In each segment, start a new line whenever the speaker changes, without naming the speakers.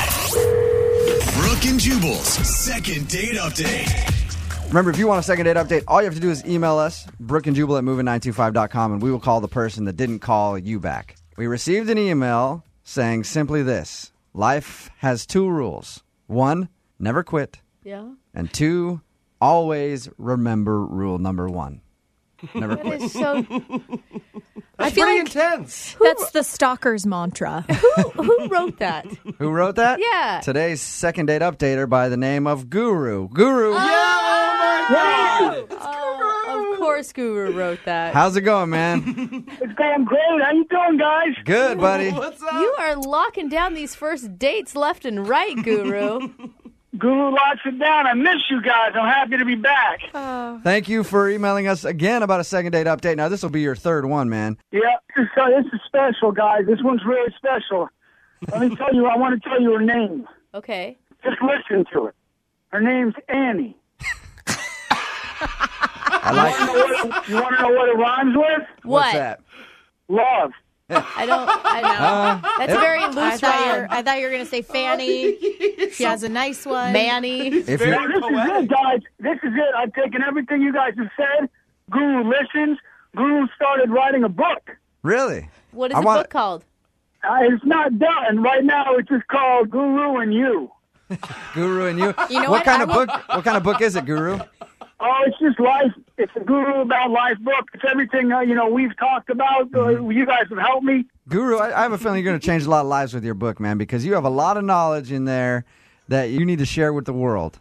92.5. Brooke and Jubal's second date update.
Remember, if you want a second date update, all you have to do is email us, Brooke and Jubal at moving925.com, and we will call the person that didn't call you back. We received an email saying simply this Life has two rules one, never quit,
Yeah.
and two, always remember rule number one. Never
That
quit.
is so. I feel
pretty
like
intense.
That's the stalker's mantra.
who wrote that?
Who wrote that?
Yeah.
Today's second date updater by the name of Guru. Guru,
Oh, Of course, Guru wrote that.
how's it going, man?
It's going great. How you doing, guys?
Good, buddy.
What's up?
you are locking down these first dates left and right, Guru.
Guru locks it down. I miss you guys. I'm happy to be back.
Thank you for emailing us again about a second date update. Now, this will be your third one, man.
Yeah, so this is special, guys. This one's really special. Let me tell you, I want to tell you her name.
okay.
Just listen to it. Her name's Annie.
I like
You want to know what it rhymes with?
What's
What?
that?
Love.
I don't. I know. That's a very
Uh, I
loose
thought, you
rhyme.
were, I thought you were going to say Fanny. she has a nice one.
Manny.
If you
Now, this is it, guys. This is it. I've taken everything you guys have said. Guru listens. Guru started writing a book.
really,
What is
I
the
want-
book called?
Uh, it's not done. Right now, it's just called Guru and You.
Guru and you,
You know
what
what?
kind
I
of
will-
book? What kind of book is it, Guru?
Oh, it's just life. It's a guru about life book. It's everything uh, you know we've talked about. Uh, you guys have helped me.
Guru, I, I have a feeling you're going to change a lot of lives with your book, man, because you have a lot of knowledge in there that you need to share with the world.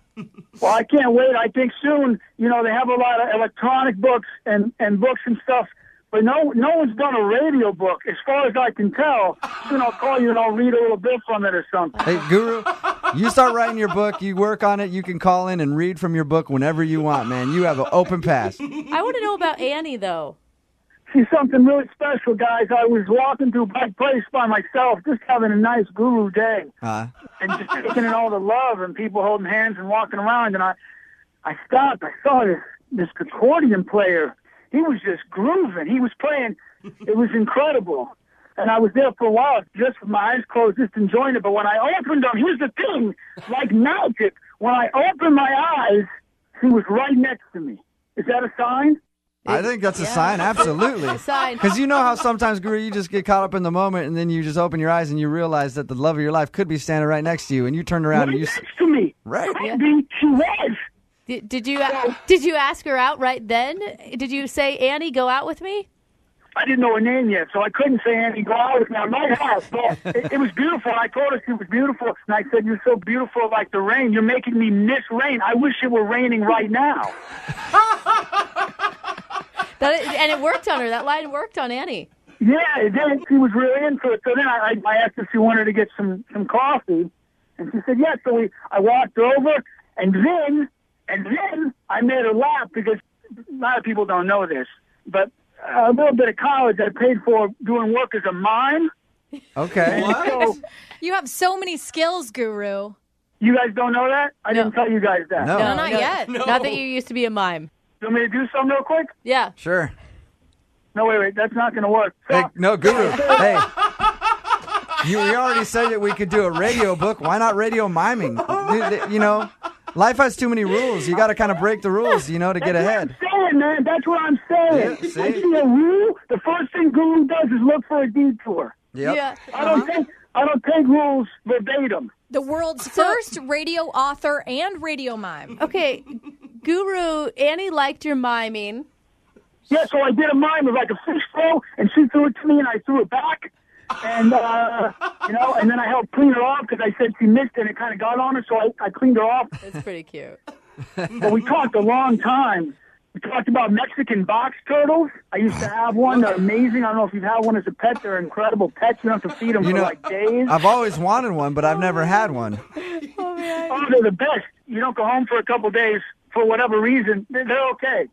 Well, I can't wait. I think soon, you know, they have a lot of electronic books and and books and stuff. But no, no one's done a radio book, as far as I can tell. Soon I'll call you and I'll read a little bit from it or something.
Hey, Guru, you start writing your book, you work on it, you can call in and read from your book whenever you want, man. You have an open pass.
I want to know about Annie, though.
See something really special, guys. I was walking through Pike Place by myself, just having a nice guru day.
Uh,
and just taking in all the love and people holding hands and walking around. And I, I stopped. I saw this this accordion player. He was just grooving. He was playing. It was incredible. And I was there for a while, just with my eyes closed, just enjoying it. But when I opened them, here's the thing: like magic. When I opened my eyes, he was right next to me. Is that a sign?
I think that's a sign, absolutely.
Sign.
Because you know how sometimes, Guru, you just get caught up in the moment and then you just open your eyes and you realize that the love of your life could be standing right next to you, and you turn around
Right
and you. s-
next to me.
Right.
I mean, she was.
Did, did you did you ask her out right then? Did you say Annie, go out with me?
I didn't know her name yet, so I couldn't say anything. Go out with me. I might have, but it, it was beautiful. I told her she was beautiful, and I said, "You're so beautiful, like the rain. You're making me miss rain. I wish it were raining right now."
That, and it worked on her. That line worked on Annie.
Yeah, and then she was really into it. So then I, I I asked if she wanted to get some some coffee, and she said yes. So we I walked over, and then and then I made her laugh because a lot of people don't know this, but a little bit of college I paid for doing work as a mime.
Okay.
So
You have so many skills, Guru.
you guys don't know that? I
No.
didn't tell you guys that.
No.
No, not yet.
Not that you used to be a mime.
You want me to do something real quick?
Yeah.
Sure.
No, wait, wait. That's not going to work. So,
Hey, no, Guru. Hey. You, we already said that we could do a radio book. Why not radio miming? You, you know, life has too many rules. You got to kind of break the rules, you know, to get
that's
ahead.
What I'm saying, man. That's what I'm saying.
Yeah, see?
I see a rule. The first thing Guru does is look for a detour.
Yep.
Yeah.
I
Uh-huh.
don't take I don't take rules verbatim.
The world's first radio author and radio mime.
Okay. Guru, Annie liked your miming.
Yeah, so I did a mime of like a fish throw, and she threw it to me, and I threw it back. And, uh, you know, and then I helped clean her off because I said she missed it and it kind of got on her, so I, I cleaned her off.
That's pretty cute.
But we talked a long time. We talked about Mexican box turtles. I used to have one. They're amazing. I don't know if you've had one as a pet. They're incredible pets. You don't have to feed them
You
for
know,
like days.
I've always wanted one, but I've never had one.
oh, they're the best. You don't go home for a couple days for whatever reason. They're, they're okay.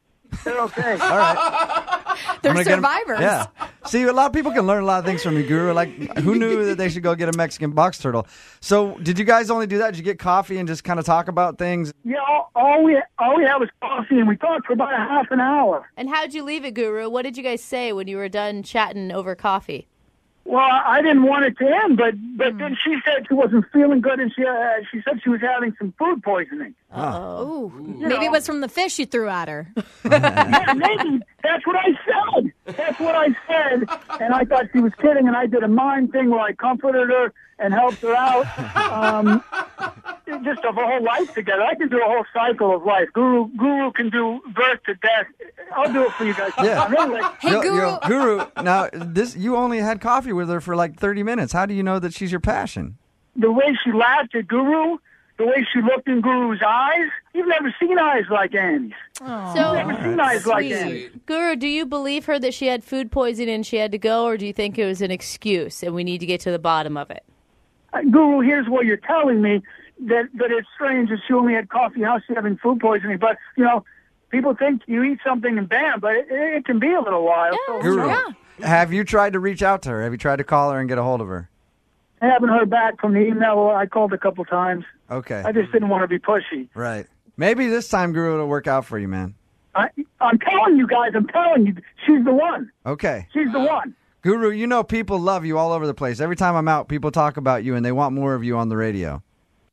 They're okay.
All right. I'm
They're
gonna get 'em-
survivors.
yeah. See, a lot of people can learn a lot of things from you, Guru. Like, who knew that they should go get a Mexican box turtle? So, did you guys only do that? Did you get coffee and just kind of talk about things?
yeah, all, all we all we had was coffee, and we talked for about a half an hour.
And how'd you leave it, Guru? What did you guys say when you were done chatting over coffee?
Well, I didn't want it to end, but but then she said she wasn't feeling good, and she uh, she said she was having some food poisoning.
Oh, maybe it was from the fish you threw at her.
yeah, maybe that's what I said. That's what I said, and I thought she was kidding, and I did a mind thing where I comforted her and helped her out. Um, it- just of a whole life together. I can do a whole cycle of life. Guru Guru can do birth to death. I'll do it for you guys.
Yeah.
Anyway,
Hey,
Yo-
Guru.
yo, Guru, now this you only had coffee with her for like 30 minutes. How do you know that she's your passion?
the way she laughed at Guru, the way she looked in Guru's eyes. You've never seen eyes like Annie's.
Oh,
So,
Never seen eyes like Annie's.
Sweet.
Guru, do you believe her that she had food poisoning and she had to go, or do you think it was an excuse and we need to get to the bottom of it?
Uh, Guru, here's what you're telling me that that it's strange that she only had coffee. How's she having food poisoning? But you know, people think you eat something and bam, but it, it can be a little while.
Oh,
so
Guru, have you tried to reach out to her? Have you tried to call her and get a hold of her?
I haven't heard back from the email. I called a couple times.
Okay.
I just didn't want to be pushy.
Right. Maybe this time, Guru, it'll work out for you, man.
I, I'm telling you guys. I'm telling you, she's the one.
Okay.
She's the one.
Guru, you know people love you all over the place. Every time I'm out, people talk about you and they want more of you on the radio.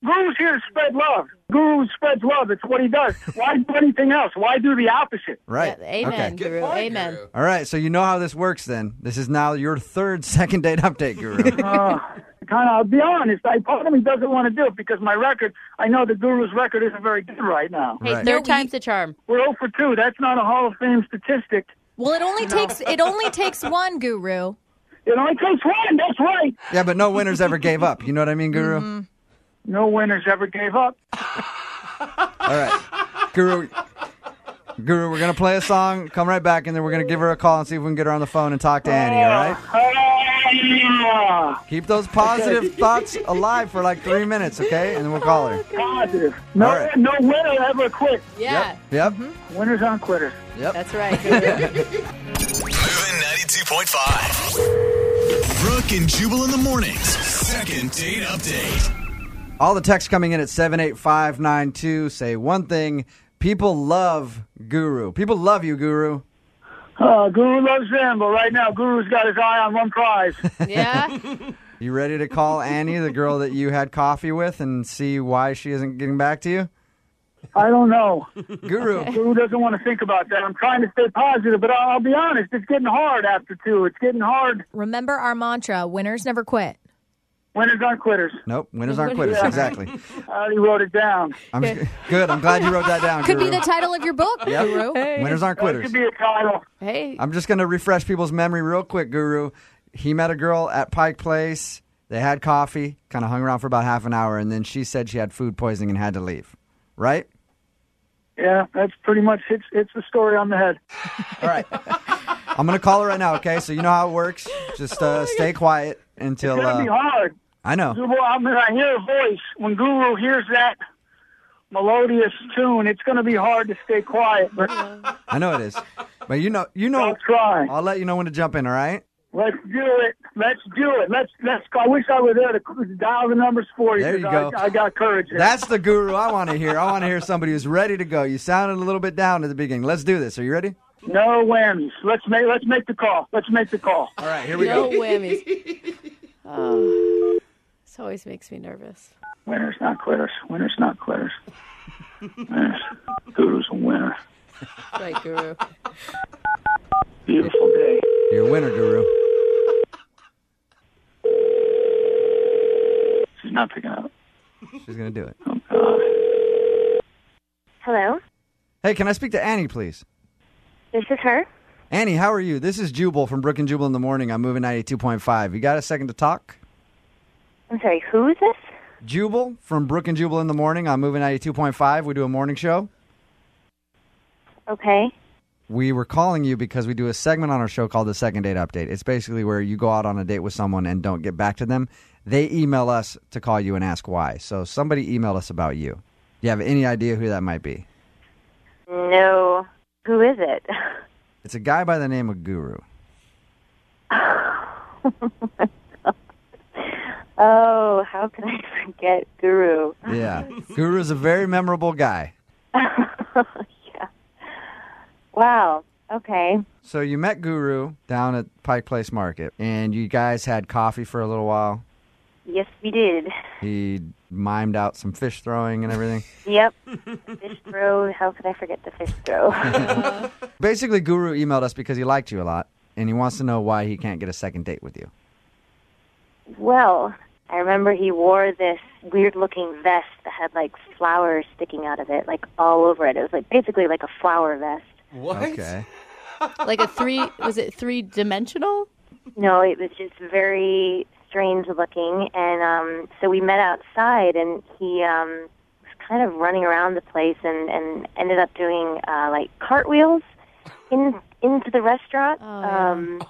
Guru's here to spread love. Guru spreads love. It's what he does. Why do anything else? Why do the opposite?
Right.
Yeah, amen,
Okay.
Guru. Amen.
All right. So you know how this works then. This is now your third second date update, Guru.
Uh-huh. kind of, Ah, I'll be honest, I, part of me doesn't want to do it because my record, I know the Guru's record isn't very good right now.
Hey,
Right.
third time's the charm.
We're 0 for 2. That's not a Hall of Fame statistic.
Well, it only takes it only takes one guru.
It only takes one. That's right.
yeah, but no winners ever gave up. You know what I mean, Guru?
No winners ever gave up.
All right. Guru. Guru, we're gonna play a song, come right back, and then we're gonna give her a call and see if we can get her on the phone and talk to Annie, all right?
Ah,
Keep those positive thoughts alive for like three minutes, okay? And then we'll call her.
positive. No,
All right.
no winner ever quit.
Yeah,
Yep.
Winners aren't quitters.
that's right. Guru.
Moving 92.5. Brooke and Jubal in the mornings. Second date update.
All the texts coming in at 78592 say one thing. People love Guru. People love you, Guru.
Uh, Guru loves them, but right now Guru's got his eye on one prize.
yeah.
You ready to call Annie, the girl that you had coffee with, and see why she isn't getting back to you?
I don't know.
Guru.
Guru doesn't want to think about that. I'm trying to stay positive, but I'll, I'll be honest. It's getting hard after two. It's getting hard.
Remember our mantra: winners never quit.
Winners aren't quitters.
Nope, winners aren't
Winners
quitters. Exactly.
I already wrote it down.
I'm just- good. I'm glad you wrote that down,
Could
Guru.
be the title of your book, Guru.
winners aren't
That
quitters.
could be a title.
Hey,
I'm just going to refresh people's memory real quick, Guru. He met a girl at Pike Place. They had coffee, kind of hung around for about half an hour, and then she said she had food poisoning and had to leave. Right?
Yeah, that's pretty much it's it's the story on the head.
All right. I'm going to call her right now, okay? So you know how it works. Just uh, stay quiet until.
Oh It's gonna be
Uh,
hard.
I know.
Well, I mean, I hear a voice. When Guru hears that melodious tune, it's gonna be hard to stay quiet, but
I know it is. But you know, you know.
I'll try.
I'll let you know when to jump in, all right?
Let's do it. Let's do it. Let's let's. I wish I were there to dial the numbers for you.
There you
'cause
go.
I, I got courage. there.
That's the guru I want to hear. I want to hear somebody who's ready to go. You sounded a little bit down at the beginning. Let's do this. Are you ready?
No whammies. Let's make let's make the call. Let's make the call.
All right, here we
no
go.
whammies. Oh, this always makes me nervous.
Winners not quitters. Winners not quitters. Winners. Guru's a winner.
Right, Guru.
Beautiful day.
You're a winner, guru.
She's not picking up.
She's going to do it.
Oh God.
Hello,
Hey, can I speak to Annie, please?
this is her.
Annie, how are you? This is Jubal from Brook and Jubal in the Morning. I'm moving 92.5. You got a second to talk?
I'm sorry, who is this?
Jubal from Brook and Jubal in the Morning. I'm moving 92.5. We do a morning show.
Okay.
We were calling you because we do a segment on our show called the Second Date Update. It's basically where you go out on a date with someone and don't get back to them. They email us to call you and ask why. So somebody emailed us about you. Do you have any idea who that might be?
No, who is it?
It's a guy by the name of Guru.
Oh, how could I forget Guru?
Yeah. Guru's a very memorable guy.
Wow. Okay.
So you met Guru down at Pike Place Market, and you guys had coffee for a little while.
Yes, we did.
He mimed out some fish throwing and everything.
Yep. fish throw. How could I forget the fish throw?
Basically, Guru emailed us because he liked you a lot, and he wants to know why he can't get a second date with you.
well, I remember he wore this weird-looking vest that had like flowers sticking out of it, like all over it. It was like basically like a flower vest.
What?
Okay.
Like a three, was it three dimensional?
No, it was just very strange looking. And um, so we met outside, and he um, was kind of running around the place and, and ended up doing uh, like cartwheels in into the restaurant.
yeah.
um,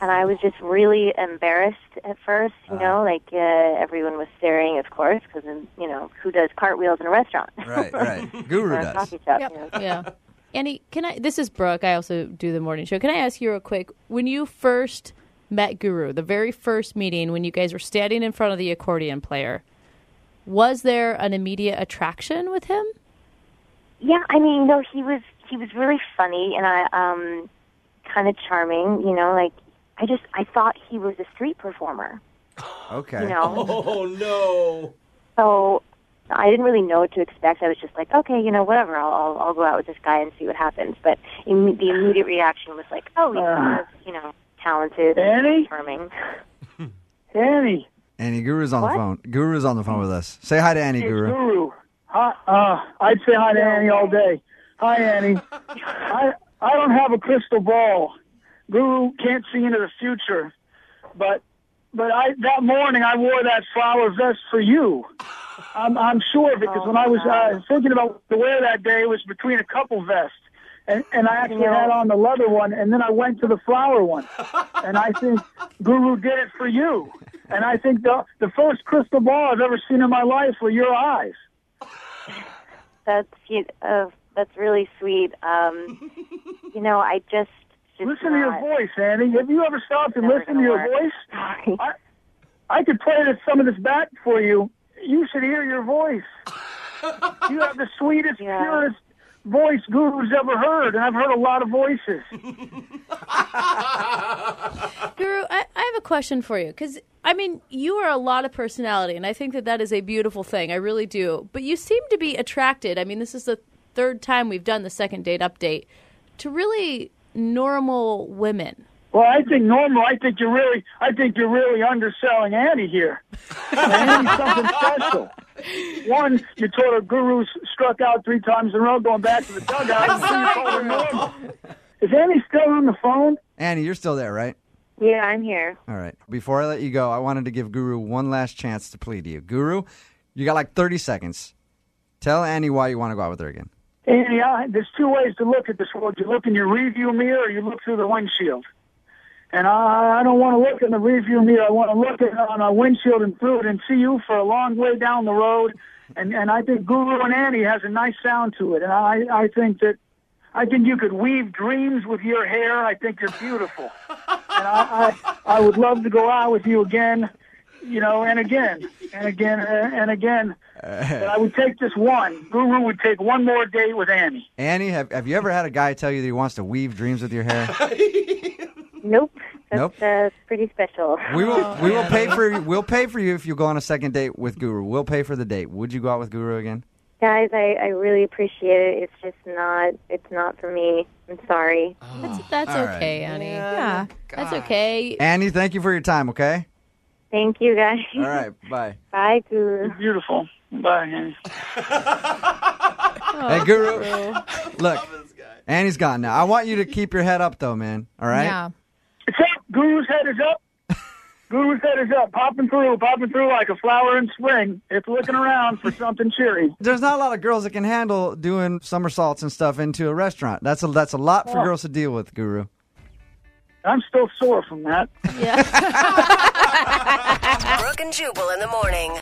and I was just really embarrassed at first, you know, like uh, everyone was staring, of course, because, you know, who does cartwheels in a restaurant?
Right, right. Guru
or a
does.
coffee shop.
Yep.
you know?
Yeah. Annie, can I? This is Brooke. I also do the morning show. Can I ask you real quick? When you first met Guru, the very first meeting, when you guys were standing in front of the accordion player, was there an immediate attraction with him?
Yeah, I mean, no, he was he was really funny and I um kind of charming, you know, like I just I thought he was a street performer,
Okay.
you know.
Oh no.
So I didn't really know what to expect. I was just like, okay, you know, whatever. I'll I'll, I'll go out with this guy and see what happens. But im- the immediate reaction was like, oh, he was, you know, talented
Annie?
and charming.
Annie,
Annie, Guru's on the phone. Guru's on the phone with us. Say hi to Annie,
it's
Guru.
Guru. Hi, uh, I'd say hi to Annie all day. Hi, Annie. I I don't have a crystal ball. Guru can't see into the future, but but I that morning I wore that flower vest for you. I'm I'm sure because when I
Oh,
was uh, thinking about what to wear that day, it was between a couple vests. And, and I actually had on the leather one, and then I went to the flower one. And I think Guru did it for you. And I think the the first crystal ball I've ever seen in my life were your eyes.
That's you uh, that's really sweet. Um, you know, I just, just
Listen to your
not-
voice, Andy. Have you ever stopped and
Never
listened to your
gonna work.
voice? I, I could play this, some of this back for you. You should hear your voice. you have the sweetest,
Yeah.
purest voice Guru's ever heard, and I've heard a lot of voices.
Guru, I, I have a question for you because I mean, you are a lot of personality, and I think that that is a beautiful thing. I really do. But you seem to be attracted. I mean, this is the third time we've done the second date update to really normal women.
Well, I think normal. I think you're really, I think you're really underselling Annie here. Annie's something special. One, you told her Guru struck out three times in a row going back to the dugout. and then you told her normal. Is Annie still on the phone?
Annie, you're still there, right?
Yeah, I'm here.
All right. Before I let you go, I wanted to give Guru one last chance to plead to you. Guru, you got like 30 seconds. Tell Annie why you want to go out with her again.
Andy, I, there's two ways to look at this world. You look in your rearview mirror, or you look through the windshield. And I, I don't want to look in the rearview mirror. I want to look at, on a windshield and through it and see you for a long way down the road. And and I think Guru and Annie has a nice sound to it. And I I think that I think you could weave dreams with your hair. I think you're beautiful. And I I, I would love to go out with you again, you know, and again and again and again. But I would take this one. Guru would take one more date with Annie.
Annie, have, have you ever had a guy tell you that he wants to weave dreams with your hair?
Nope. That's
Nope.
uh, pretty special.
We will we will pay for we'll pay for you if you go on a second date with Guru. We'll pay for the date. Would you go out with Guru again?
Guys, I, I really appreciate it. It's just not it's not for me. I'm sorry.
That's, that's
All right.
okay, honey.
Yeah.
That's okay.
Annie, thank you for your time, okay?
Thank you guys.
All right, bye.
Bye, Guru.
Beautiful. Bye, Annie.
Hey Guru. Look. Annie's gone now. I want you to keep your head up though, man. All right?
Yeah.
It's up. Guru's head is up. Guru's head is up, popping through, popping through like a flower in spring. It's looking around for something cheery.
There's not a lot of girls that can handle doing somersaults and stuff into a restaurant. That's a that's a lot for girls to deal with, Guru.
I'm still sore from that.
Yeah.
Brooke and Jubal in the morning.